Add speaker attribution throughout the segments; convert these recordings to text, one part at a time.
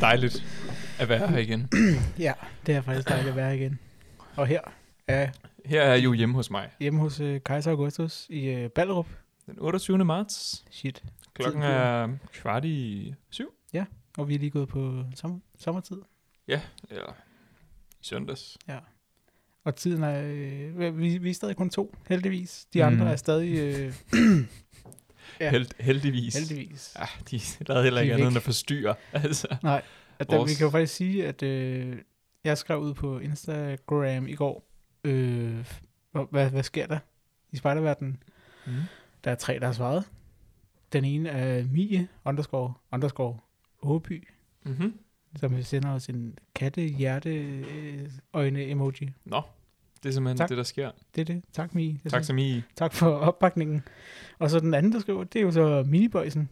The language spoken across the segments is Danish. Speaker 1: dejligt at være her igen.
Speaker 2: Ja, det er faktisk dejligt at være igen. Og her er
Speaker 1: Her er jeg jo hjemme hos mig.
Speaker 2: hjemme hos øh, Kaiser Augustus i øh, Ballerup.
Speaker 1: Den 28. marts.
Speaker 2: Shit.
Speaker 1: Klokken
Speaker 2: Tiden
Speaker 1: er kvart i syv.
Speaker 2: Og vi er lige gået på sommer, sommertid.
Speaker 1: Eller i søndags.
Speaker 2: Og tiden er... Øh, vi, vi er stadig kun to, heldigvis. De andre
Speaker 1: Mm.
Speaker 2: er stadig... Øh, Ja.
Speaker 1: Ja. Held, heldigvis.
Speaker 2: heldigvis.
Speaker 1: Ja, de lavede
Speaker 2: De
Speaker 1: heller
Speaker 2: er
Speaker 1: ikke andet end
Speaker 2: væk.
Speaker 1: at forstyrre. Altså.
Speaker 2: Nej, at der, vi
Speaker 1: Vores-
Speaker 2: kan jo faktisk sige, at øh, jeg skrev ud på Instagram i går, øh, hvor- hvad, hvad sker der i spejderverdenen?
Speaker 1: Mm.
Speaker 2: Der er tre, der har svaret. Den ene er Mie, underscore, underscore, Åby,
Speaker 1: Mm-hmm.
Speaker 2: som sender os en katte hjerte øh, øjne emoji.
Speaker 1: Nå, det er simpelthen
Speaker 2: Tak.
Speaker 1: tak. det, der sker.
Speaker 2: Det er det. Tak, Mie. Det er
Speaker 1: Tak
Speaker 2: så,
Speaker 1: som I.
Speaker 2: tak for opbakningen. Og så den anden, der skriver, det er jo så Minibøjsen.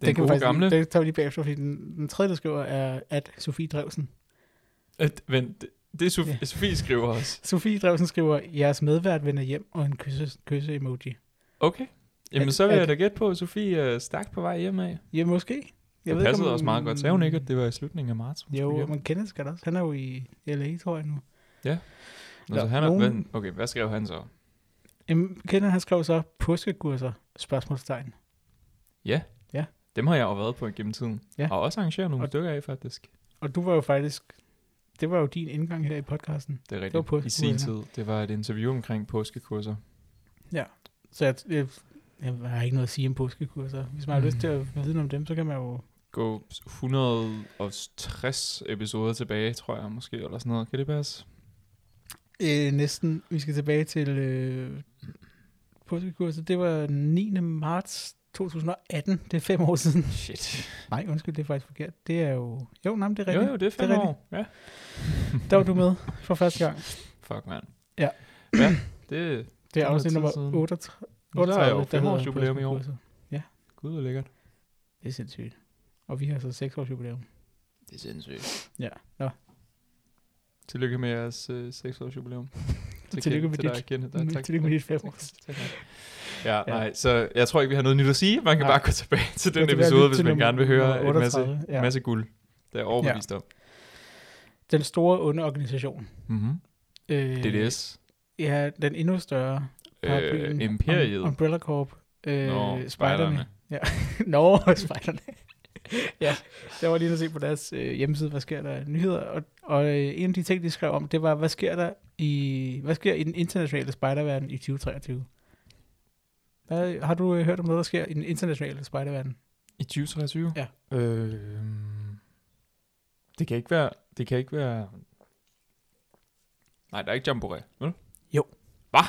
Speaker 1: Den
Speaker 2: vi
Speaker 1: gode
Speaker 2: faktisk,
Speaker 1: gamle.
Speaker 2: Det tager vi lige bagefter, fordi den, den tredje, der skriver, er at Sofie Drevsen.
Speaker 1: At, Øh, vent, det- det er Sofie,
Speaker 2: Ja.
Speaker 1: ja. Sofie skriver os.
Speaker 2: Sofie Drevsen skriver, jeres medvært vender hjem, og en kysse, kysse emoji.
Speaker 1: Okay. Jamen,
Speaker 2: At-
Speaker 1: så vil
Speaker 2: at-
Speaker 1: jeg da gætte på, at Sofie er stærkt på vej hjemme af.
Speaker 2: Ja, måske.
Speaker 1: Jeg det passede også meget godt. Sagde hun ikke, at det var i slutningen af marts? hun skulle
Speaker 2: Jo,
Speaker 1: hjem?
Speaker 2: men Kenneth skal da også. Han er jo i LA, tror jeg nu.
Speaker 1: Nå,
Speaker 2: Nå,
Speaker 1: så han er,
Speaker 2: nogen-
Speaker 1: nogen... Okay, hvad skrev han så?
Speaker 2: Jamen, Kenneth, han skrev så, påskekurser, spørgsmålstegn.
Speaker 1: Ja.
Speaker 2: Ja.
Speaker 1: Dem har jeg jo været på gennem tiden.
Speaker 2: Ja.
Speaker 1: Ja. Og også arrangeret nogle
Speaker 2: Og-
Speaker 1: og... stykker af, faktisk.
Speaker 2: Og du var jo faktisk, det var jo din indgang her i podcasten.
Speaker 1: Det er rigtigt.
Speaker 2: var på-
Speaker 1: I sin tid. Det var et interview omkring påskekurser.
Speaker 2: Så jeg, jeg, jeg har ikke noget at sige om påskekurser. Hvis man har
Speaker 1: Mm.
Speaker 2: lyst til at vide noget om dem, så kan man jo...
Speaker 1: Gå 160 episoder tilbage, tror jeg måske, eller sådan noget. Kan det passe?
Speaker 2: Øh, næsten, vi skal tilbage til øh, påskekurser. Det var den 9. marts 2018. Det er fem år siden.
Speaker 1: Shit.
Speaker 2: Nej, undskyld, det er faktisk forkert. Det er jo... Jo, nej, men det er
Speaker 1: Jo,
Speaker 2: rigtigt.
Speaker 1: jo, det er fem
Speaker 2: Det er
Speaker 1: år. Ja.
Speaker 2: Der var du med for første gang.
Speaker 1: Fuck, mand.
Speaker 2: Ja.
Speaker 1: ja, det...
Speaker 2: Det er
Speaker 1: er
Speaker 2: afsnit
Speaker 1: tid
Speaker 2: nummer
Speaker 1: siden.
Speaker 2: 38.
Speaker 1: Nu der er
Speaker 2: der
Speaker 1: jo
Speaker 2: hedder
Speaker 1: femårsjubilæum i år.
Speaker 2: Påskekurset.
Speaker 1: Gud, hvor lækkert.
Speaker 2: Det er sindssygt. Og vi har så 6 års jubilæum.
Speaker 1: Det er sindssygt.
Speaker 2: Ja. Nå.
Speaker 1: Tillykke med jeres øh, 6 års jubilæum.
Speaker 2: Tillykke med dit- med- tillykke med dit fem år.
Speaker 1: Ja, nej, så jeg tror ikke, vi har noget nyt at sige. Man kan
Speaker 2: Nej.
Speaker 1: bare gå tilbage til
Speaker 2: Ja,
Speaker 1: den
Speaker 2: det var
Speaker 1: episode,
Speaker 2: lidt
Speaker 1: hvis
Speaker 2: til
Speaker 1: man
Speaker 2: nummer
Speaker 1: gerne vil høre en masse,
Speaker 2: 38,
Speaker 1: ja. masse guld. Det er jeg overbevist ja. om.
Speaker 2: Den store underorganisation.
Speaker 1: Mm-hmm.
Speaker 2: Øh,
Speaker 1: DDS.
Speaker 2: Ja, den endnu større. paraplyen,
Speaker 1: Øh, imperiet.
Speaker 2: Um, Umbrella Corp. Øh, spejderne.
Speaker 1: Nå, spejderne.
Speaker 2: Nå, spejderne. ja, jeg var lige inde og se på deres øh, hjemmeside, hvad sker der af nyheder. Og, og øh, en af de ting, de skrev om, det var, hvad sker der i, hvad sker i den internationale spejderverden i 2023? Hvad, har du øh, hørt om noget, der sker i den internationale spejderverden?
Speaker 1: I 2023?
Speaker 2: Ja.
Speaker 1: Øh, det kan ikke være... Det kan ikke være... Nej, der er ikke Jamboree, vel?
Speaker 2: Jo.
Speaker 1: Hvad?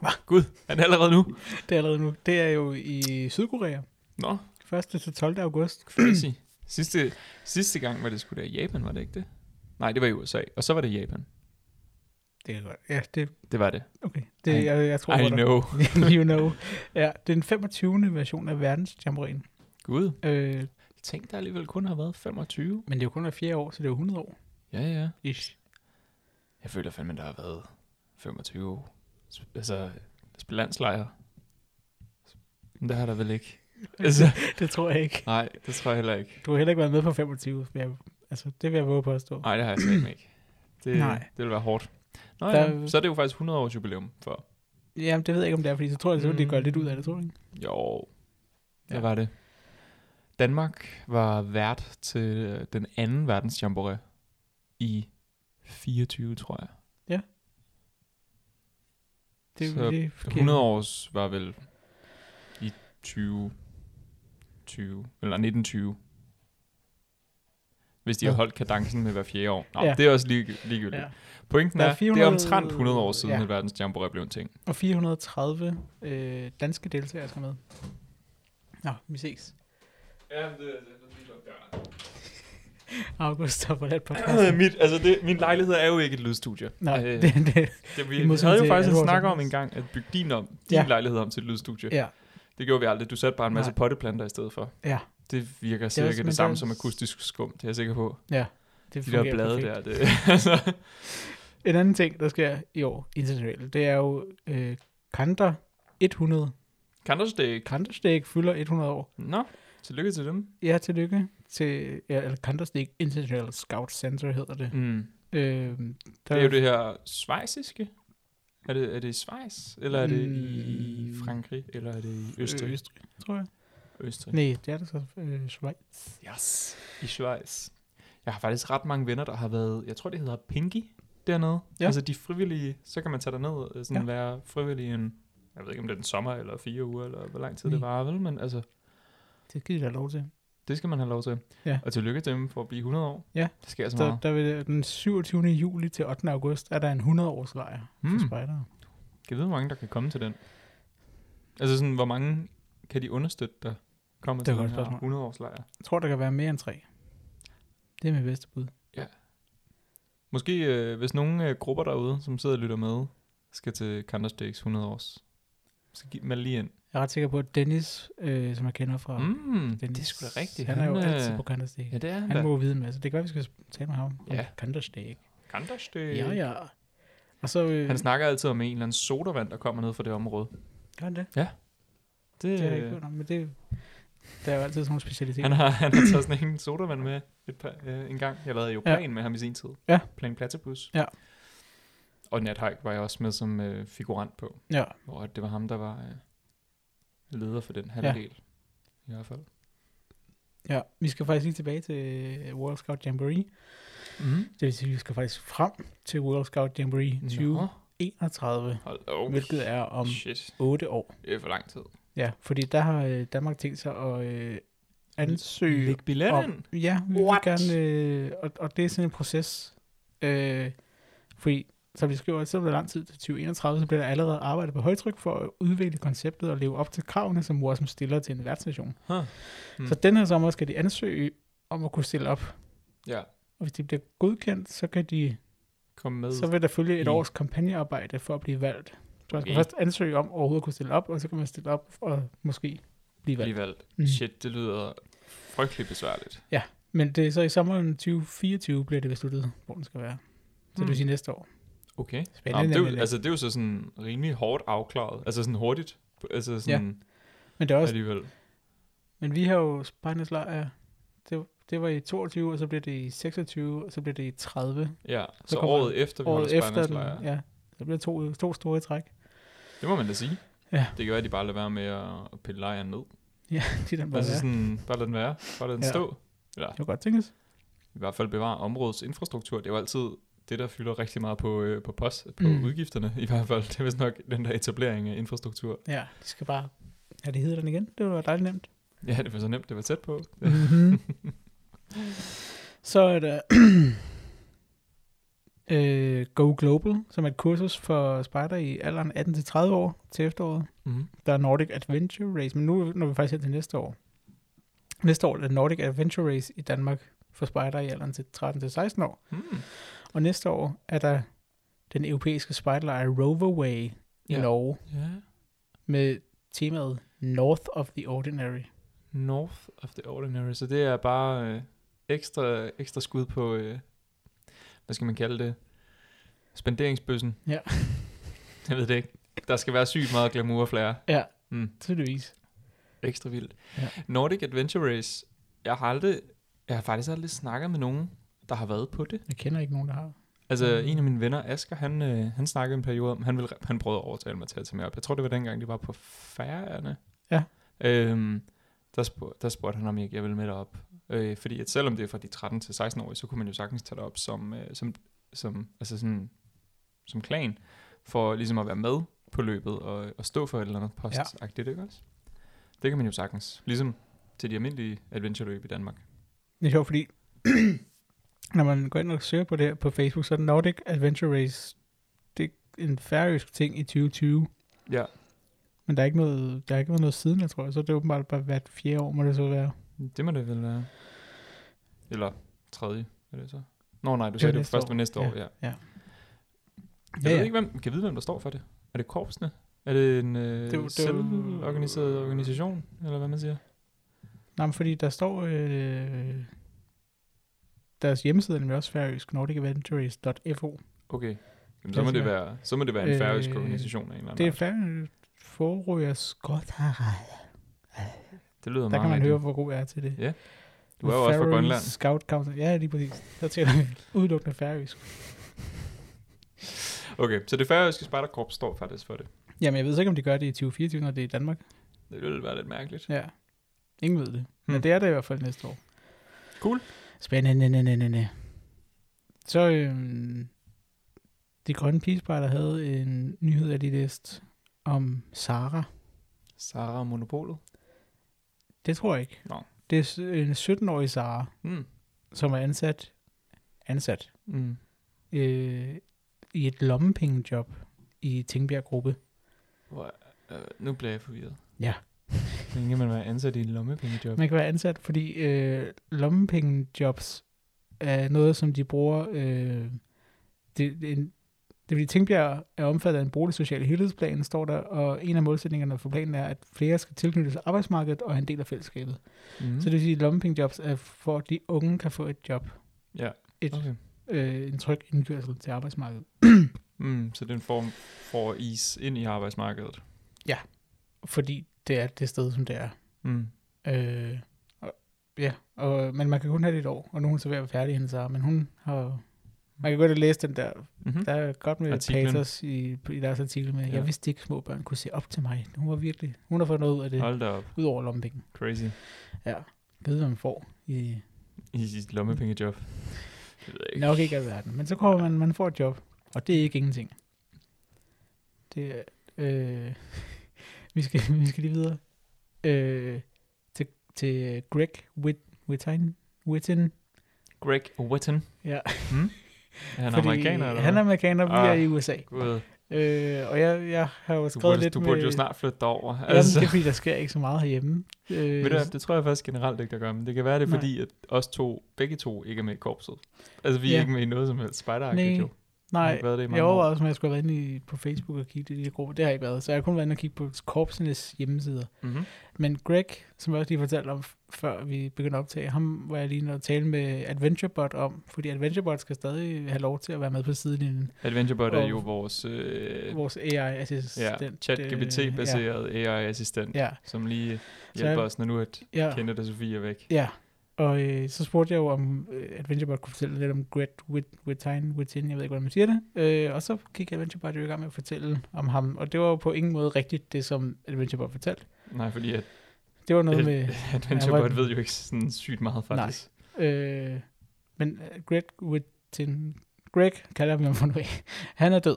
Speaker 2: Hva?
Speaker 1: Gud, han er allerede nu.
Speaker 2: Det er allerede nu. Det er jo i Sydkorea.
Speaker 1: Nå,
Speaker 2: 1. til 12. august.
Speaker 1: crazy. sidste, sidste gang var det sgu da i Japan, var det ikke det? Nej, det var i USA, og så var det i Japan.
Speaker 2: Det er godt. Ja, det,
Speaker 1: Det var det.
Speaker 2: okay. Det,
Speaker 1: I-
Speaker 2: jeg, jeg tror,
Speaker 1: I
Speaker 2: på dig.
Speaker 1: know.
Speaker 2: you know. Ja, det er den 25. version af verdensjamboreen.
Speaker 1: Gud,
Speaker 2: Øh,
Speaker 1: tænk der alligevel kun har været 25.
Speaker 2: men det er jo kun hver fjerde år, så det er jo 100 år.
Speaker 1: Ja, ja.
Speaker 2: Ish.
Speaker 1: Jeg føler fandme, der har været 25 år. Sp- Altså, sp- landslejre. Men det har der vel ikke. Altså,
Speaker 2: Det tror jeg ikke.
Speaker 1: nej, det tror jeg heller ikke.
Speaker 2: Du har heller ikke været med på 25. vil Jeg, altså, det vil jeg våge på at stå.
Speaker 1: Nej, det har jeg slet ikke. Det,
Speaker 2: Nej.
Speaker 1: det vil være hårdt. Nå
Speaker 2: Der-
Speaker 1: ja, så er det jo faktisk 100 års jubilæum for.
Speaker 2: Jamen, det ved jeg ikke, om det er, fordi så tror jeg, at det
Speaker 1: Mm.
Speaker 2: gør lidt ud af det, tror jeg. ikke?
Speaker 1: Jo, det
Speaker 2: Ja.
Speaker 1: ja. var det. Danmark var vært til øh, den anden verdensjamboree i 24, tror jeg.
Speaker 2: Det,
Speaker 1: Så
Speaker 2: det
Speaker 1: 100 års var vel i 20, 20 eller 1920. Hvis de har
Speaker 2: Ja.
Speaker 1: holdt kadencen med hver fjerde år. Nå,
Speaker 2: Ja.
Speaker 1: ja. det er også lige, ligegyldigt. Ja.
Speaker 2: Ja.
Speaker 1: Pointen
Speaker 2: Der
Speaker 1: er,
Speaker 2: er
Speaker 1: det
Speaker 2: 400
Speaker 1: er omtrent 100 år siden,
Speaker 2: Ja.
Speaker 1: ja. at verdens jamboree blev en ting.
Speaker 2: Og 430 øh, danske deltagere skal med. Nå, vi ses.
Speaker 1: Ja, det, det, det,
Speaker 2: August har forladt
Speaker 1: det
Speaker 2: podcasten.
Speaker 1: mit, altså det, min lejlighed er jo ikke et lydstudie.
Speaker 2: Nej, det,
Speaker 1: Øh,
Speaker 2: det,
Speaker 1: det,
Speaker 2: i
Speaker 1: vi, vi
Speaker 2: modsætning
Speaker 1: havde jo
Speaker 2: til alle
Speaker 1: faktisk en
Speaker 2: vores
Speaker 1: snak
Speaker 2: andre.
Speaker 1: om engang at bygge din, om, din
Speaker 2: Ja.
Speaker 1: lejlighed om til et lydstudie.
Speaker 2: ja.
Speaker 1: Det gjorde vi aldrig. Du satte bare en masse
Speaker 2: Nej.
Speaker 1: potteplanter i stedet for.
Speaker 2: Ja.
Speaker 1: Det virker
Speaker 2: er
Speaker 1: sikkert
Speaker 2: også-
Speaker 1: det,
Speaker 2: men
Speaker 1: det samme
Speaker 2: der-
Speaker 1: som akustisk skum, det er jeg sikker på.
Speaker 2: Det
Speaker 1: De der
Speaker 2: fungerer
Speaker 1: blade
Speaker 2: perfekt.
Speaker 1: der, det, altså,
Speaker 2: En anden ting, der sker i år internationalt, det er jo øh, Kanter 100.
Speaker 1: Counter-Strike.
Speaker 2: Kanterstæk fylder 100 år.
Speaker 1: Nå, tillykke til dem.
Speaker 2: Ja, tillykke til, ja, eller Counter-Strike International Scout Center hedder det.
Speaker 1: Mm.
Speaker 2: Øh,
Speaker 1: Det er jo det her svejsiske. Er det, er det i Schweiz, eller er det i
Speaker 2: Mm. Øh,
Speaker 1: Frankrig, eller er det i Østrig?
Speaker 2: Østrig, tror jeg.
Speaker 1: Østrig.
Speaker 2: Nej, det er det så øh, Schweiz.
Speaker 1: Yes. I Schweiz. Jeg har faktisk ret mange venner, der har været, jeg tror det hedder Pinky dernede.
Speaker 2: Ja.
Speaker 1: Ja. Altså de frivillige, så kan man tage derned og sådan
Speaker 2: Ja.
Speaker 1: ja. være frivillig en, jeg ved ikke om det er en sommer eller fire uger, eller hvor lang tid
Speaker 2: Nej.
Speaker 1: det varer, vel? Men altså,
Speaker 2: Det giver jeg lov til.
Speaker 1: det skal man have lov til.
Speaker 2: Ja.
Speaker 1: Og tillykke til dem for at blive 100 år.
Speaker 2: Ja.
Speaker 1: Det sker så
Speaker 2: Der,
Speaker 1: meget.
Speaker 2: der vil, den 27. juli til 8. august er der en 100-års lejr
Speaker 1: Hmm.
Speaker 2: for spejdere.
Speaker 1: Kan jeg vide, hvor mange der kan komme til den? Altså sådan, hvor mange kan de understøtte, der kommer
Speaker 2: Det er
Speaker 1: til
Speaker 2: et
Speaker 1: den
Speaker 2: godt
Speaker 1: her
Speaker 2: spørgsmål.
Speaker 1: 100-årslejr?
Speaker 2: Jeg tror, der kan være mere end tre. Det er mit bedste bud.
Speaker 1: Måske øh, hvis nogle øh, grupper derude, som sidder og lytter med, skal til Counter-Strike's 100 års. Så giv dem alle lige ind.
Speaker 2: Jeg er ret sikker på, at Dennis, øh, som jeg kender fra... Dennis,
Speaker 1: Mm, det er sgu da rigtigt.
Speaker 2: Han, han er jo
Speaker 1: øh,
Speaker 2: altid på Counter-Strike.
Speaker 1: Ja, det er han,
Speaker 2: Han
Speaker 1: han da.
Speaker 2: må vide en masse. Det kan være, vi skal tale med ham om
Speaker 1: Ja.
Speaker 2: Counter-Strike.
Speaker 1: Counter-Strike.
Speaker 2: Ja, ja. Og så... Øh,
Speaker 1: Han snakker altid om en eller anden sodavand, der kommer ned fra det område.
Speaker 2: Gør han det?
Speaker 1: Det,
Speaker 2: Det har jeg ikke
Speaker 1: øh,
Speaker 2: hørt om, men det... Der er jo altid sådan nogle specialiteter.
Speaker 1: han, har, han har taget sådan en sodavand med et par, øh, en gang. Jeg lavede jo
Speaker 2: Ja.
Speaker 1: plan med ham i sin tid.
Speaker 2: Ja.
Speaker 1: Plan Platypus.
Speaker 2: Ja.
Speaker 1: Og Nathike var jeg også med som øh, figurant på,
Speaker 2: Ja,
Speaker 1: hvor at det var ham, der var øh, leder for den halvdel. Ja. I hvert fald.
Speaker 2: ja. Vi skal faktisk lige tilbage til øh, World Scout Jamboree.
Speaker 1: Mm.
Speaker 2: Det vil sige, at vi skal faktisk frem til World Scout Jamboree 2031,
Speaker 1: Hold op.
Speaker 2: hvilket er om
Speaker 1: Shit,
Speaker 2: 8 år.
Speaker 1: det er for lang tid.
Speaker 2: Ja, fordi der har øh, Danmark tænkt sig at øh, ansøge
Speaker 1: Læg billetten.
Speaker 2: om... Ja, vi vil
Speaker 1: What?
Speaker 2: gerne... Øh, og, og det er sådan en proces. Øh, fordi, som vi skriver, selvom der er lang tid til 2031, så bliver der allerede arbejdet på højtryk for at udvikle konceptet og leve op til kravene, som Warsom stiller til en værtsnation.
Speaker 1: Huh.
Speaker 2: Mm.
Speaker 1: Mm.
Speaker 2: Så den her sommer skal de ansøge om at kunne stille op.
Speaker 1: Ja,
Speaker 2: Og hvis de bliver godkendt, så kan de
Speaker 1: kom med.
Speaker 2: Så vil der følge et
Speaker 1: i-
Speaker 2: års kampagnearbejde for at blive valgt. Så man skal
Speaker 1: Okay.
Speaker 2: først ansøge om overhovedet at kunne stille op, og så kan man stille op og måske blive valgt.
Speaker 1: Blive valgt.
Speaker 2: Mm.
Speaker 1: Mm. Shit, det lyder frygtelig besværligt.
Speaker 2: Men det er så i sommeren 2024 bliver det besluttet, hvor den skal være. Så det
Speaker 1: Mm.
Speaker 2: vil sige næste år.
Speaker 1: Okay.
Speaker 2: Spændende
Speaker 1: Nå, men det, er
Speaker 2: nemlig.
Speaker 1: jo, altså, det er jo så sådan rimelig hårdt afklaret. Altså sådan hurtigt. Altså sådan
Speaker 2: Men, det er
Speaker 1: ja.
Speaker 2: også,
Speaker 1: alligevel.
Speaker 2: men vi har jo Spejdernes Lejr, det, det var i 22, og så blev det i 26, og så blev det i 30.
Speaker 1: Ja, så,
Speaker 2: Så
Speaker 1: så
Speaker 2: kommer
Speaker 1: året efter, vi
Speaker 2: Året
Speaker 1: holder
Speaker 2: efter,
Speaker 1: Spejdernes
Speaker 2: den,
Speaker 1: lejr.
Speaker 2: ja, der blev to, to store i træk.
Speaker 1: Det må man da sige.
Speaker 2: Ja.
Speaker 1: Det kan være, at de bare lader være med at- at pille lejren ned.
Speaker 2: De der bare
Speaker 1: Altså
Speaker 2: altså,
Speaker 1: sådan, bare lad den være. Bare lad den
Speaker 2: Ja.
Speaker 1: stå. Eller
Speaker 2: Det var godt tænkes.
Speaker 1: i hvert fald bevare områdets infrastruktur. Det er jo altid det, der fylder rigtig meget på, øh, på post, på
Speaker 2: Mm.
Speaker 1: mm. udgifterne i hvert fald. Det er vist nok den der etablering af infrastruktur.
Speaker 2: Ja, de skal bare... Ja, det hedder den igen. Det var dejligt nemt.
Speaker 1: Ja, det var så nemt, det var tæt på.
Speaker 2: Mhm. Så er der øh, Go Global, som er et kursus for spejder i alderen 18-30 år til efteråret.
Speaker 1: Mm.
Speaker 2: Der er Nordic Adventure Race, men nu når vi faktisk hen til næste år. Næste år er der Nordic Adventure Race i Danmark for spejder i alderen til 13-16 år.
Speaker 1: Mm.
Speaker 2: Og næste år er der den europæiske spejderlejr Roverway i
Speaker 1: Ja.
Speaker 2: Norge
Speaker 1: Ja.
Speaker 2: med temaet North of the Ordinary.
Speaker 1: North of the Ordinary. Så det er bare øh, ekstra, ekstra skud på, øh, hvad skal man kalde det? Spenderingsbøssen.
Speaker 2: Ja.
Speaker 1: Jeg ved det ikke. Der skal være sygt meget glamour og flair.
Speaker 2: Ja,
Speaker 1: Mm.
Speaker 2: tydeligvis.
Speaker 1: Ekstra vildt.
Speaker 2: Ja.
Speaker 1: Ja. Nordic Adventure Race. Jeg har aldrig, jeg har faktisk aldrig snakket med nogen, der har været på det.
Speaker 2: Jeg kender ikke nogen, der har.
Speaker 1: Altså
Speaker 2: Mm.
Speaker 1: en af mine venner, Asker, han, øh, han snakkede en periode om, han, ville, han prøvede at overtale mig til at tage med op. Jeg tror, det var dengang, det var på færgerne.
Speaker 2: Ja.
Speaker 1: Øhm, der, spurg, der spurgte han, om jeg, jeg ville med derop. Øh, fordi at selvom det er fra de 13 til 16 år, så kunne man jo sagtens tage derop som, øh, som, som, altså sådan, som klan, for ligesom at være med på løbet og, og stå for et eller andet postagtigt, ja. ikke også? Det kan man jo sagtens. Ligesom til de almindelige adventureløb i Danmark.
Speaker 2: Det er sjovt, fordi når man går ind og søger på det her på Facebook, så er Nordic Adventure Race, det er en færøsk ting i 2020.
Speaker 1: Ja,
Speaker 2: Men der er ikke noget, der er ikke været noget siden, jeg tror. Så er det er åbenbart bare hvert fjerde år, må det så være.
Speaker 1: Det må det vel være. Eller tredje, er det så? Nå nej, du
Speaker 2: Det var
Speaker 1: sagde det,
Speaker 2: næste
Speaker 1: det først
Speaker 2: år.
Speaker 1: var næste
Speaker 2: Ja,
Speaker 1: år, ja.
Speaker 2: ja.
Speaker 1: Jeg
Speaker 2: Ja,
Speaker 1: ved
Speaker 2: ja.
Speaker 1: ikke, hvem, kan vide, hvem der står for det. Er det korpsene? Er det en øh,
Speaker 2: Det er jo-
Speaker 1: det,
Speaker 2: det er jo-
Speaker 1: det, selvorganiseret organisation, eller hvad man siger?
Speaker 2: Nej, men fordi der står... Øh, deres hjemmeside er nemlig også færøsk, nordicadventurace.fo.
Speaker 1: Okay. Jamen,
Speaker 2: Det
Speaker 1: så, må
Speaker 2: skal
Speaker 1: det
Speaker 2: være-
Speaker 1: være, så må det være en færøsk
Speaker 2: Øh,
Speaker 1: organisation af en eller anden
Speaker 2: Det er
Speaker 1: art.
Speaker 2: færøsk forryger skot. Der
Speaker 1: det lyder
Speaker 2: kan
Speaker 1: meget
Speaker 2: man
Speaker 1: rigtigt.
Speaker 2: høre, hvor god jeg er til det.
Speaker 1: Ja. Du er jo også fra
Speaker 2: Faroe
Speaker 1: Grønland.
Speaker 2: Scout Council. Ja, lige præcis. Der taler vi udelukkende færøsk.
Speaker 1: Okay, så det færøske spejderkorps står faktisk for det.
Speaker 2: Jamen, jeg ved så ikke, om de gør det i 2024, når det er i Danmark.
Speaker 1: Det ville være lidt mærkeligt.
Speaker 2: Ja. Ingen ved det.
Speaker 1: Hmm.
Speaker 2: Men det er det i hvert fald næste år.
Speaker 1: Cool.
Speaker 2: Spændende. næ, næ, næ, næ. Så øhm, de grønne pigespejder havde en nyhed, jeg lige læste, om Sara.
Speaker 1: Sara og Monopolet.
Speaker 2: Det tror jeg ikke.
Speaker 1: Nå.
Speaker 2: Det er s- en 17-årig Sara,
Speaker 1: Mm.
Speaker 2: som er ansat, ansat
Speaker 1: Mm.
Speaker 2: øh, i et lommepengejob i Tingbjerg Gruppe.
Speaker 1: Hvor, øh, nu bliver jeg forvirret.
Speaker 2: Ja.
Speaker 1: Hvor længe man være ansat i en lommepengejob?
Speaker 2: Man kan være ansat, fordi øh, lommepengejobs er noget, som de bruger... Øh, det, det, er en, det vil sige, Tingbjerg er omfattet af en boligsocial helhedsplan, står der, og en af målsætningerne for planen er, at flere skal tilknyttes arbejdsmarkedet og er en del af fællesskabet. Mm.
Speaker 1: Mm.
Speaker 2: Så det vil sige, at lommepengejobs er for, at de unge kan få et job,
Speaker 1: Ja,
Speaker 2: et,
Speaker 1: okay.
Speaker 2: øh, en tryg indkørsel til arbejdsmarkedet.
Speaker 1: Mm, så det er en form for is ind i arbejdsmarkedet.
Speaker 2: Fordi det er det sted, som det er.
Speaker 1: Mm.
Speaker 2: Øh, og, ja, og, men man kan kun have det et år, og nu er hun så ved at være færdig, hende Sara, men hun har... Man kan godt læse den der,
Speaker 1: Mm-hmm.
Speaker 2: der er godt med
Speaker 1: Artiklen.
Speaker 2: Artiklen. pathos i, i deres artikel med,
Speaker 1: Ja.
Speaker 2: ja. jeg vidste ikke, små børn kunne se op til mig. Hun var virkelig, hun har fået noget ud af det,
Speaker 1: Hold da op.
Speaker 2: ud over lommepenge.
Speaker 1: Crazy.
Speaker 2: Ja, jeg ved, hvad man får i
Speaker 1: I sit lommepengejob. Det ved jeg ikke.
Speaker 2: nok ikke alverden. Men så kommer man, man får et job, og det er ikke ingenting. Det er, øh, vi, skal, vi skal lige videre. Øh, til, til Greg Whit, Whitten, Whitten,
Speaker 1: Greg Witten.
Speaker 2: Ja.
Speaker 1: Mm? Er han
Speaker 2: Fordi
Speaker 1: amerikaner? Eller
Speaker 2: Han er
Speaker 1: hvad?
Speaker 2: amerikaner, vi er
Speaker 1: Ah,
Speaker 2: i USA.
Speaker 1: Gud,
Speaker 2: Øh, og jeg, jeg har jo
Speaker 1: du,
Speaker 2: skrevet
Speaker 1: burde,
Speaker 2: lidt
Speaker 1: du burde
Speaker 2: med...
Speaker 1: jo snart flytte derover.
Speaker 2: Jamen, altså. det er fordi, der sker ikke så meget herhjemme. Øh,
Speaker 1: Ved du, hvad, det tror jeg faktisk generelt ikke, der gør, men det kan være, det er
Speaker 2: Nej.
Speaker 1: fordi, at os to, begge to, ikke er med i korpset. Altså, vi er
Speaker 2: Ja.
Speaker 1: ikke med i noget som helst. Spider
Speaker 2: Nej,
Speaker 1: jo. Har
Speaker 2: nej,
Speaker 1: ikke været det i mange
Speaker 2: jeg
Speaker 1: år.
Speaker 2: overvejede også, om jeg skulle have været inde i, på Facebook og kigge i de grupper. Det har jeg ikke været, så jeg har kun været inde og kigge på korpsenes hjemmesider.
Speaker 1: Mm-hmm.
Speaker 2: Men Greg, som jeg også lige fortalte om, f- før vi begyndte at optage, ham var jeg lige nødt til at tale med AdventureBot om, fordi AdventureBot skal stadig have lov til at være med på sidelinjen.
Speaker 1: Adventurebot er
Speaker 2: Og-
Speaker 1: jo vores øh,
Speaker 2: Vores øh, AI-assistent.
Speaker 1: ja, chat-GBT-baseret AI-assistent,
Speaker 2: Ja, ja,
Speaker 1: som lige
Speaker 2: jeg-
Speaker 1: hjælper os, når nu at
Speaker 2: ja.
Speaker 1: kender da Sofie er væk.
Speaker 2: Ja, og øh, så spurgte jeg jo, om øh, AdventureBot kunne fortælle lidt om Gret Wit- Wittine, Wittin, jeg ved ikke, hvordan man siger det. Øh, og så gik AdventureBot jo i gang med at fortælle om ham, og det var jo på ingen måde rigtigt det, som AdventureBot fortalte.
Speaker 1: Nej, fordi at
Speaker 2: Det var noget
Speaker 1: Ad-
Speaker 2: med... Ja,
Speaker 1: AdventureBot
Speaker 2: hvor-
Speaker 1: ved jo ikke sådan sygt meget, faktisk.
Speaker 2: Øh, men øh, Gret Wittin... Greg, kalder vi ham for nu af. Han er død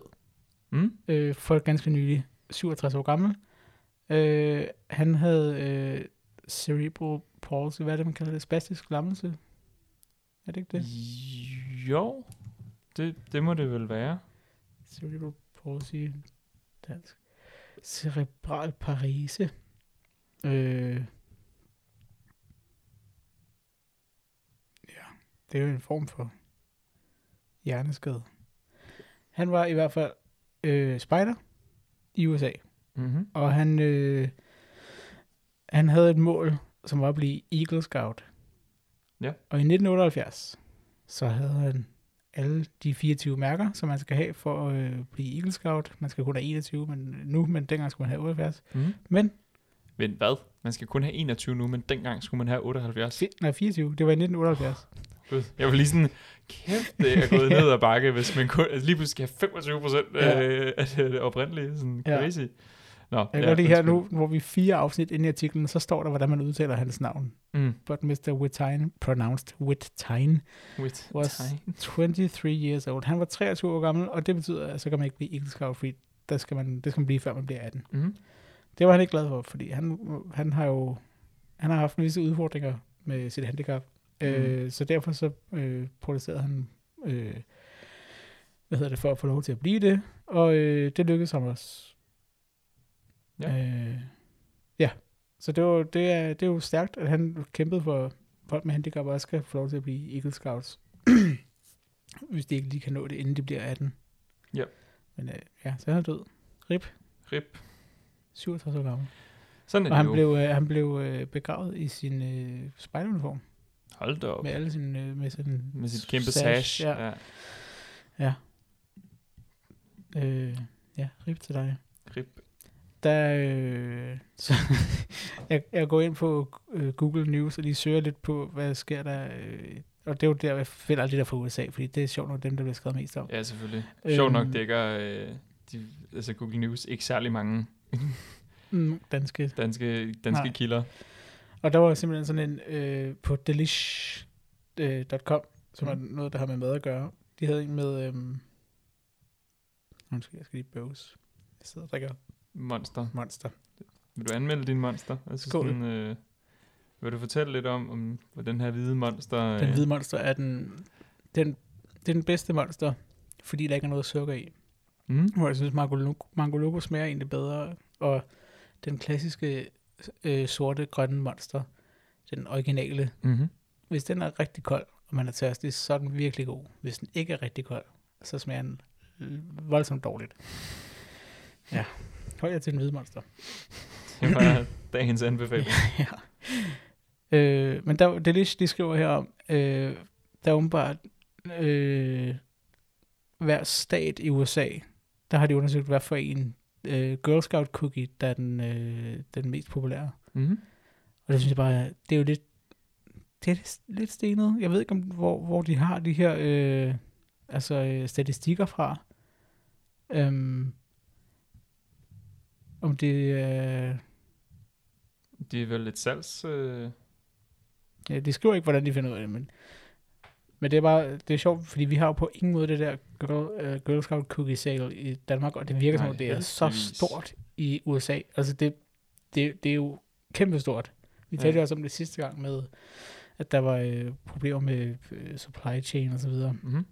Speaker 1: Mm?
Speaker 2: øh, for ganske nylig, 67 år gammel. Øh, han havde øh, cerebral palsy, hvad er det, man kalder det? Spastisk lammelse? Er det ikke det?
Speaker 1: Jo, det, det må det vel være.
Speaker 2: Cerebral palsy, dansk. Cerebral parese. Øh. Ja, det er jo en form for hjerneskade. Han var i hvert fald øh, spider i USA,
Speaker 1: Mm-hmm.
Speaker 2: og han, øh, han havde et mål, som var at blive Eagle Scout.
Speaker 1: Ja.
Speaker 2: Og i 1978, så havde han alle de 24 mærker, som man skal have for at øh, blive Eagle Scout. Man skal kun have 21 men nu, men dengang skulle man have 78.
Speaker 1: Mm-hmm.
Speaker 2: Men,
Speaker 1: Men hvad? Man skal kun have 21 nu, men dengang skulle man have 78.
Speaker 2: fi- nej, 24, det var i 1978.
Speaker 1: Gud, jeg var lige sådan, kæft, det er gået ned ad bakke, hvis man kun, altså lige pludselig skal have 25 procent
Speaker 2: Ja.
Speaker 1: øh, af det, det oprindelige. Sådan
Speaker 2: Ja.
Speaker 1: crazy. Nå,
Speaker 2: Jeg kan godt lide her
Speaker 1: undskyld.
Speaker 2: nu, hvor vi er fire afsnit inde i artiklen, så står der, hvordan man udtaler hans navn.
Speaker 1: Mm.
Speaker 2: But Mr. Wittine, pronounced Wittine,
Speaker 1: With
Speaker 2: Was-
Speaker 1: time.
Speaker 2: 23 years old. Han var 23 år gammel, og det betyder, at så kan man ikke blive Eagle Scout, fordi der skal man, det skal man blive, før man bliver 18.
Speaker 1: Mm.
Speaker 2: Det var han ikke glad for, fordi han, han har jo han har haft visse udfordringer med sit handicap. Mm. Øh, så derfor så øh, protesterede han øh, hvad hedder det, for at få lov til at blive det, og øh, det lykkedes ham også.
Speaker 1: Ja.
Speaker 2: Øh, ja. Så det, var, det, er, det er jo stærkt, at han kæmpede for, at folk med handicap også skal få lov til at blive Eagle Scouts, hvis de ikke lige kan nå det, inden de bliver 18.
Speaker 1: Ja.
Speaker 2: Men øh, ja, så er han død. Rip,
Speaker 1: Rip.
Speaker 2: 67 år gammel.
Speaker 1: Sådan er
Speaker 2: Og
Speaker 1: det
Speaker 2: han
Speaker 1: jo.
Speaker 2: blev, øh, han blev øh, begravet i sin øh, spejderuniform.
Speaker 1: Hold da op.
Speaker 2: Med alle sine... Øh, med, sådan
Speaker 1: Med sit kæmpe
Speaker 2: sash,
Speaker 1: sash.
Speaker 2: Ja.
Speaker 1: ja.
Speaker 2: Øh, ja, rip til dig.
Speaker 1: Rip.
Speaker 2: der, øh, så jeg, jeg går ind på øh, Google News, og de søger lidt på, hvad sker der, øh, og det er jo der, jeg finder alt det der fra USA, fordi det er sjovt nok dem, der bliver skrevet mest om.
Speaker 1: Ja, selvfølgelig. Sjovt nok
Speaker 2: Øhm.
Speaker 1: dækker øh, de, altså Google News ikke særlig mange
Speaker 2: Mm, danske.
Speaker 1: danske, danske
Speaker 2: Nej.
Speaker 1: kilder.
Speaker 2: Og der var simpelthen sådan en øh, på delish.com, øh, .com, som
Speaker 1: Mm.
Speaker 2: er noget, der har med mad at gøre. De havde en med, øh, undskyld, jeg skal lige bøves. Jeg sidder og drikker
Speaker 1: Monster.
Speaker 2: monster.
Speaker 1: Vil du anmelde din monster? Altså
Speaker 2: Skål.
Speaker 1: Sådan, øh, vil du fortælle lidt om, om hvor den her hvide monster... øh,
Speaker 2: Den hvide monster er den, den, det er den bedste monster, fordi der ikke er noget sukker i.
Speaker 1: Mm?
Speaker 2: Hvor jeg synes, Mango Loco- Mango Loco smager egentlig bedre. Og den klassiske øh, sorte grønne monster, den originale,
Speaker 1: Mm-hmm.
Speaker 2: hvis den er rigtig kold, og man er tørstig, så er den virkelig god. Hvis den ikke er rigtig kold, så smager den øh, voldsomt dårligt. Ja, hold jer til den hvide monster.
Speaker 1: Det var dagens anbefaling.
Speaker 2: Øh, men der, Delish, de skriver her om, øh, der er åbenbart øh, hver stat i USA, der har de undersøgt, hvad for en øh, Girl Scout cookie, der er den, øh, den mest populære.
Speaker 1: Mm-hmm.
Speaker 2: Og det synes jeg bare, det er jo lidt, det er lidt- lidt stenet. Jeg ved ikke, om, hvor, hvor de har de her øh, altså, øh, statistikker fra. Øhm, om det øh,
Speaker 1: De er vel lidt salgs... Øh,
Speaker 2: Ja, de skriver ikke, hvordan de finder ud af det, men, men det er bare, det er sjovt, fordi vi har jo på ingen måde det der Girl, uh, Girl Scout Cookie Sale i Danmark, og det virker som
Speaker 1: Nej,
Speaker 2: om, det er
Speaker 1: heldigvis.
Speaker 2: så stort i USA. Altså, det, det, det er jo kæmpestort. Vi
Speaker 1: Ja.
Speaker 2: talte jo også om det sidste gang med, at der var øh, problemer med øh, supply chain og så videre.
Speaker 1: mm-hmm.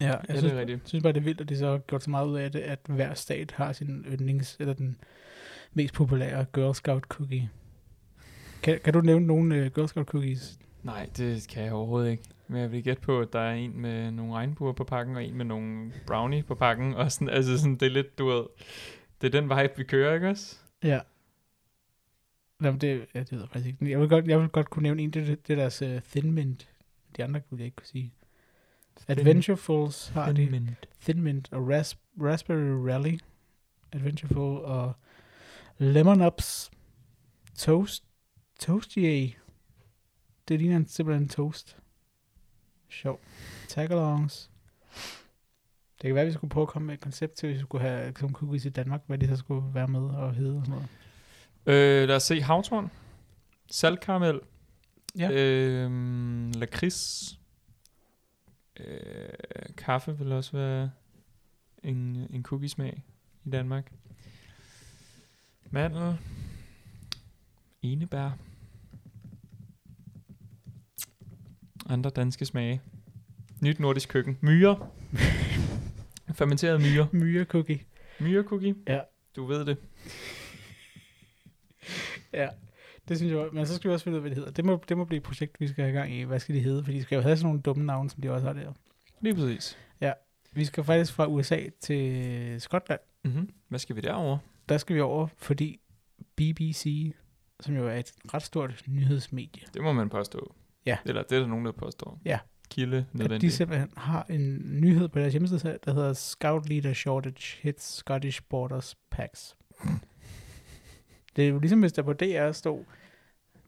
Speaker 2: Ja, jeg
Speaker 1: Ja, det
Speaker 2: synes,
Speaker 1: er rigtigt.
Speaker 2: jeg synes bare, det er vildt, at de så har gjort så meget ud af det, at hver stat har sin yndlings, eller den mest populære Girl Scout Cookie. Kan, kan du nævne nogle øh, Girl Scout Cookies,
Speaker 1: Nej, det kan jeg overhovedet ikke. Men jeg vil gætte på, at der er en med nogle regnbuer på pakken, og en med nogle brownie på pakken. Og sådan, altså sådan, det er lidt, du ved... Det er den vibe, vi kører, ikke også?
Speaker 2: Ja. Nå, men det, ja, det ved jeg faktisk ikke. Men Jeg vil godt, jeg vil godt kunne nævne en, det, det, det er deres uh, Thin Mint. De andre kunne jeg ikke kunne sige. Adventurefuls har de.
Speaker 1: Mint.
Speaker 2: Thin Mint og ras, Raspberry Rally. Adventureful og Lemon Ups. Toast. Toasty. Det ligner en, simpelthen en toast. Sjov. Tagalongs. Det kan være, at vi skulle prøve at komme med et koncept til, hvis vi skulle have som cookies i Danmark, hvad de så skulle være med og hedde og sådan noget.
Speaker 1: Øh, lad os se. Havtorn. Saltkaramel.
Speaker 2: Ja.
Speaker 1: Øh, lakrids. Øh, kaffe vil også være en, en cookiesmag i Danmark. Mandel. Enebær. Andre danske smage. Nyt nordisk køkken. Myre. Fermenterede myre.
Speaker 2: Myrecookie.
Speaker 1: Myre cookie.
Speaker 2: Ja.
Speaker 1: Du ved det.
Speaker 2: Ja, det synes jeg også. Men så skal vi også finde ud af, hvad det hedder. Det må, det må blive et projekt, vi skal have gang i. Hvad skal de hedde? Fordi de skal jo have sådan nogle dumme navne, som de også har der.
Speaker 1: Lige præcis.
Speaker 2: Vi skal faktisk fra USA til Skotland.
Speaker 1: Mm-hmm. Hvad skal vi derover?
Speaker 2: Der skal vi over, fordi BBC, som jo er et ret stort nyhedsmedie,
Speaker 1: Det må man påstå.
Speaker 2: Ja.
Speaker 1: Eller det er der nogen, der påstår.
Speaker 2: Ja.
Speaker 1: Kilde
Speaker 2: at de
Speaker 1: nødvendigt.
Speaker 2: simpelthen har en nyhed på deres hjemmeside, der hedder Scout Leader Shortage Hits Scottish Borders Packs. Det er jo ligesom, hvis der på DR stod,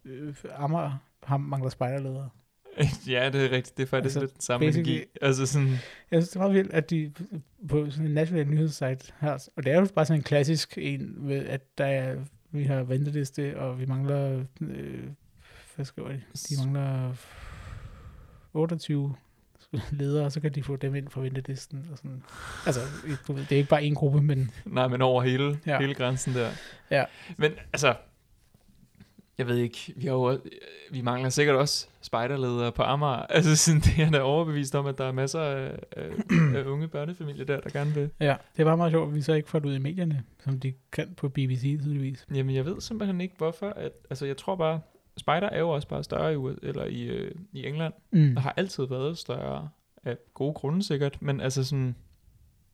Speaker 2: øh, Amager ham mangler spejderledere.
Speaker 1: ja, det er rigtigt. Det er faktisk
Speaker 2: Altså,
Speaker 1: altså, lidt den samme energi.
Speaker 2: basically-
Speaker 1: Altså sådan,
Speaker 2: Jeg synes, det er meget vildt, at de på sådan en national nyhedssite har, og det er jo bare sådan en klassisk en, med, at der er, vi har venteliste, og vi mangler, øh, hvad skriver de? De mangler 28 ledere, og så kan de få dem ind fra ventelisten. Og sådan. Altså, du ved, det er ikke bare en gruppe, men
Speaker 1: nej, men over hele,
Speaker 2: Ja.
Speaker 1: ja. hele grænsen der.
Speaker 2: Ja.
Speaker 1: Men altså, jeg ved ikke, vi, har jo, også- vi mangler sikkert også spejderledere på Amager. Altså sådan, det er da overbevist om, at der er masser af, af, af unge børnefamilier der, der gerne vil.
Speaker 2: ja, det er bare meget sjovt, at vi så ikke får det ud i medierne, som de kan på BBC tydeligvis.
Speaker 1: Jamen, jeg ved simpelthen ikke, hvorfor. At, altså, jeg tror bare, spejder er jo også bare større i, U- eller i, øh, i England.
Speaker 2: Mm.
Speaker 1: har altid været større af gode grunde sikkert, men altså sådan,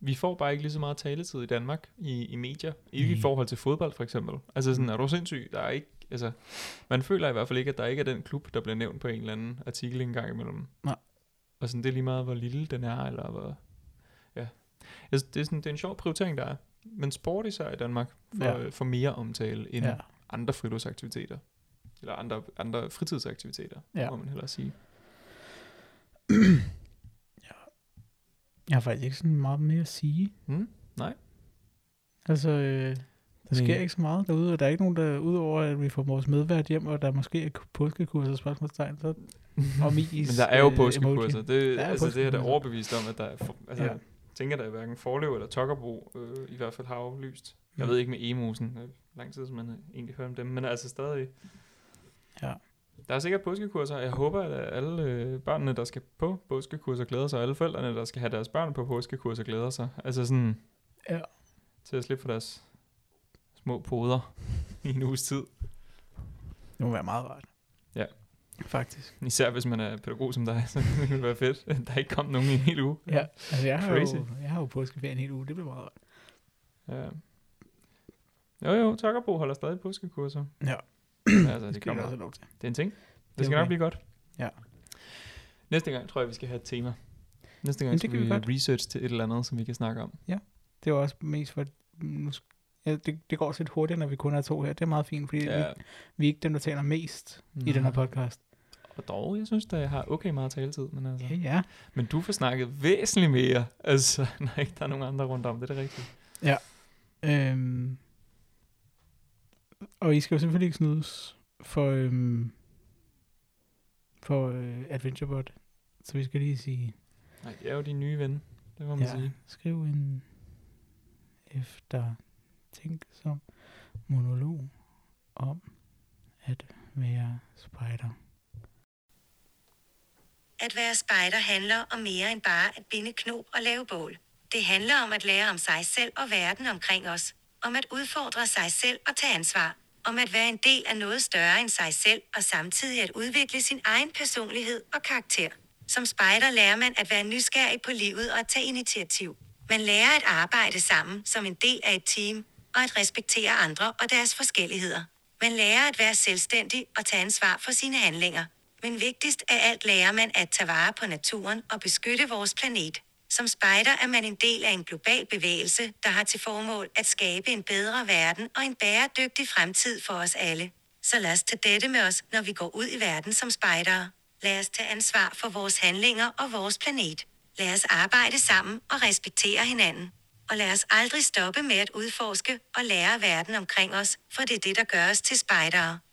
Speaker 1: vi får bare ikke lige så meget taletid i Danmark i, i medier, ikke
Speaker 2: Nej.
Speaker 1: i forhold til fodbold for eksempel. Altså sådan, er du sindssyg? Der er ikke, altså, man føler i hvert fald ikke, at der ikke er den klub, der bliver nævnt på en eller anden artikel en gang imellem.
Speaker 2: Nej.
Speaker 1: Og sådan, det er lige meget, hvor lille den er, eller hvor, ja. Altså, det er sådan, det er en sjov prioritering, der er. men sport især i Danmark får,
Speaker 2: Ja.
Speaker 1: ja. får mere omtale end ja.
Speaker 2: Ja.
Speaker 1: andre friluftsaktiviteter. Eller andre, andre fritidsaktiviteter,
Speaker 2: Ja.
Speaker 1: ja. må man hellere sige.
Speaker 2: Jeg har faktisk ikke sådan meget mere at sige.
Speaker 1: Hmm?
Speaker 2: Altså, øh, der
Speaker 1: Nej.
Speaker 2: sker ikke så meget derude, og der er ikke nogen, der udover, at vi får vores medvært hjem, og der måske er påskekurser og spørgsmålstegn, så og mis,
Speaker 1: Men der er jo
Speaker 2: øh,
Speaker 1: påskekurser. Det,
Speaker 2: Der er
Speaker 1: altså, det er jeg da
Speaker 2: påskekurser.
Speaker 1: overbevist om, at der er... For, altså,
Speaker 2: Ja.
Speaker 1: ja. jeg tænker, der er hverken Forlev eller Tokkerbo øh, i hvert fald har aflyst. Jeg
Speaker 2: Mm.
Speaker 1: ved ikke med emusen. Øh, lang tid, som man øh, egentlig hører om dem. Men altså stadig...
Speaker 2: Ja.
Speaker 1: Der er sikkert påskekurser. Jeg håber, at alle øh, børnene, der skal på påskekurser, glæder sig. Og alle forældrene, der skal have deres børn på påskekurser, glæder sig. Altså sådan...
Speaker 2: Ja.
Speaker 1: Til at slippe for deres små poder i en uges tid.
Speaker 2: Det må være meget rart.
Speaker 1: Ja.
Speaker 2: Faktisk.
Speaker 1: Især hvis man er pædagog som dig, så det ville være fedt, at der ikke kom nogen i en hel uge.
Speaker 2: Ja, altså jeg har,
Speaker 1: Crazy.
Speaker 2: jo, jeg har jo påskeferie en hel uge, det bliver meget rart.
Speaker 1: Ja. Jo, jo, Tokkerbo holder stadig påskekurser.
Speaker 2: Ja.
Speaker 1: altså, det,
Speaker 2: skal vi også
Speaker 1: kommer.
Speaker 2: have
Speaker 1: Det
Speaker 2: lov til.
Speaker 1: er en ting. Det,
Speaker 2: Det er
Speaker 1: skal
Speaker 2: okay.
Speaker 1: nok blive godt.
Speaker 2: Ja.
Speaker 1: Næste gang tror jeg, vi skal have et tema. Næste gang
Speaker 2: Men det
Speaker 1: skal
Speaker 2: kan
Speaker 1: vi,
Speaker 2: vi
Speaker 1: vi
Speaker 2: godt.
Speaker 1: research til et eller andet, som vi kan snakke om.
Speaker 2: Det var også mest for, mm, nu, sk- ja, det, det går også lidt hurtigt, når vi kun er to her. Det er meget fint, fordi ja. vi, vi er ikke dem, der taler mest i den her podcast.
Speaker 1: Og dog, jeg synes da, jeg har okay meget taletid. Men, altså.
Speaker 2: Ja, ja.
Speaker 1: men du får snakket væsentligt mere, altså, når ikke der er nogen andre rundt om. Det er det rigtigt.
Speaker 2: Øhm, og I skal jo selvfølgelig ikke snydes for, øhm, for øh, AdventureBot. Så vi skal lige sige,
Speaker 1: Nej, jeg er jo din nye ven. Det må man ja. sige.
Speaker 2: skriv en efter tænk som monolog om at være spejder.
Speaker 3: At være spejder handler om mere end bare at binde knob og lave bål. Det handler om at lære om sig selv og verden omkring os. Om at udfordre sig selv og tage ansvar. Om at være en del af noget større end sig selv og samtidig at udvikle sin egen personlighed og karakter. Som spejder lærer man at være nysgerrig på livet og at tage initiativ. Man lærer at arbejde sammen som en del af et team og at respektere andre og deres forskelligheder. Man lærer at være selvstændig og tage ansvar for sine handlinger. Men vigtigst af alt lærer man at tage vare på naturen og beskytte vores planet. Som spejder er man en del af en global bevægelse, der har til formål at skabe en bedre verden og en bæredygtig fremtid for os alle. Så lad os tage dette med os, når vi går ud i verden som spejdere. Lad os tage ansvar for vores handlinger og vores planet. Lad os arbejde sammen og respektere hinanden. Og lad os aldrig stoppe med at udforske og lære verden omkring os, for det er det, der gør os til spejdere.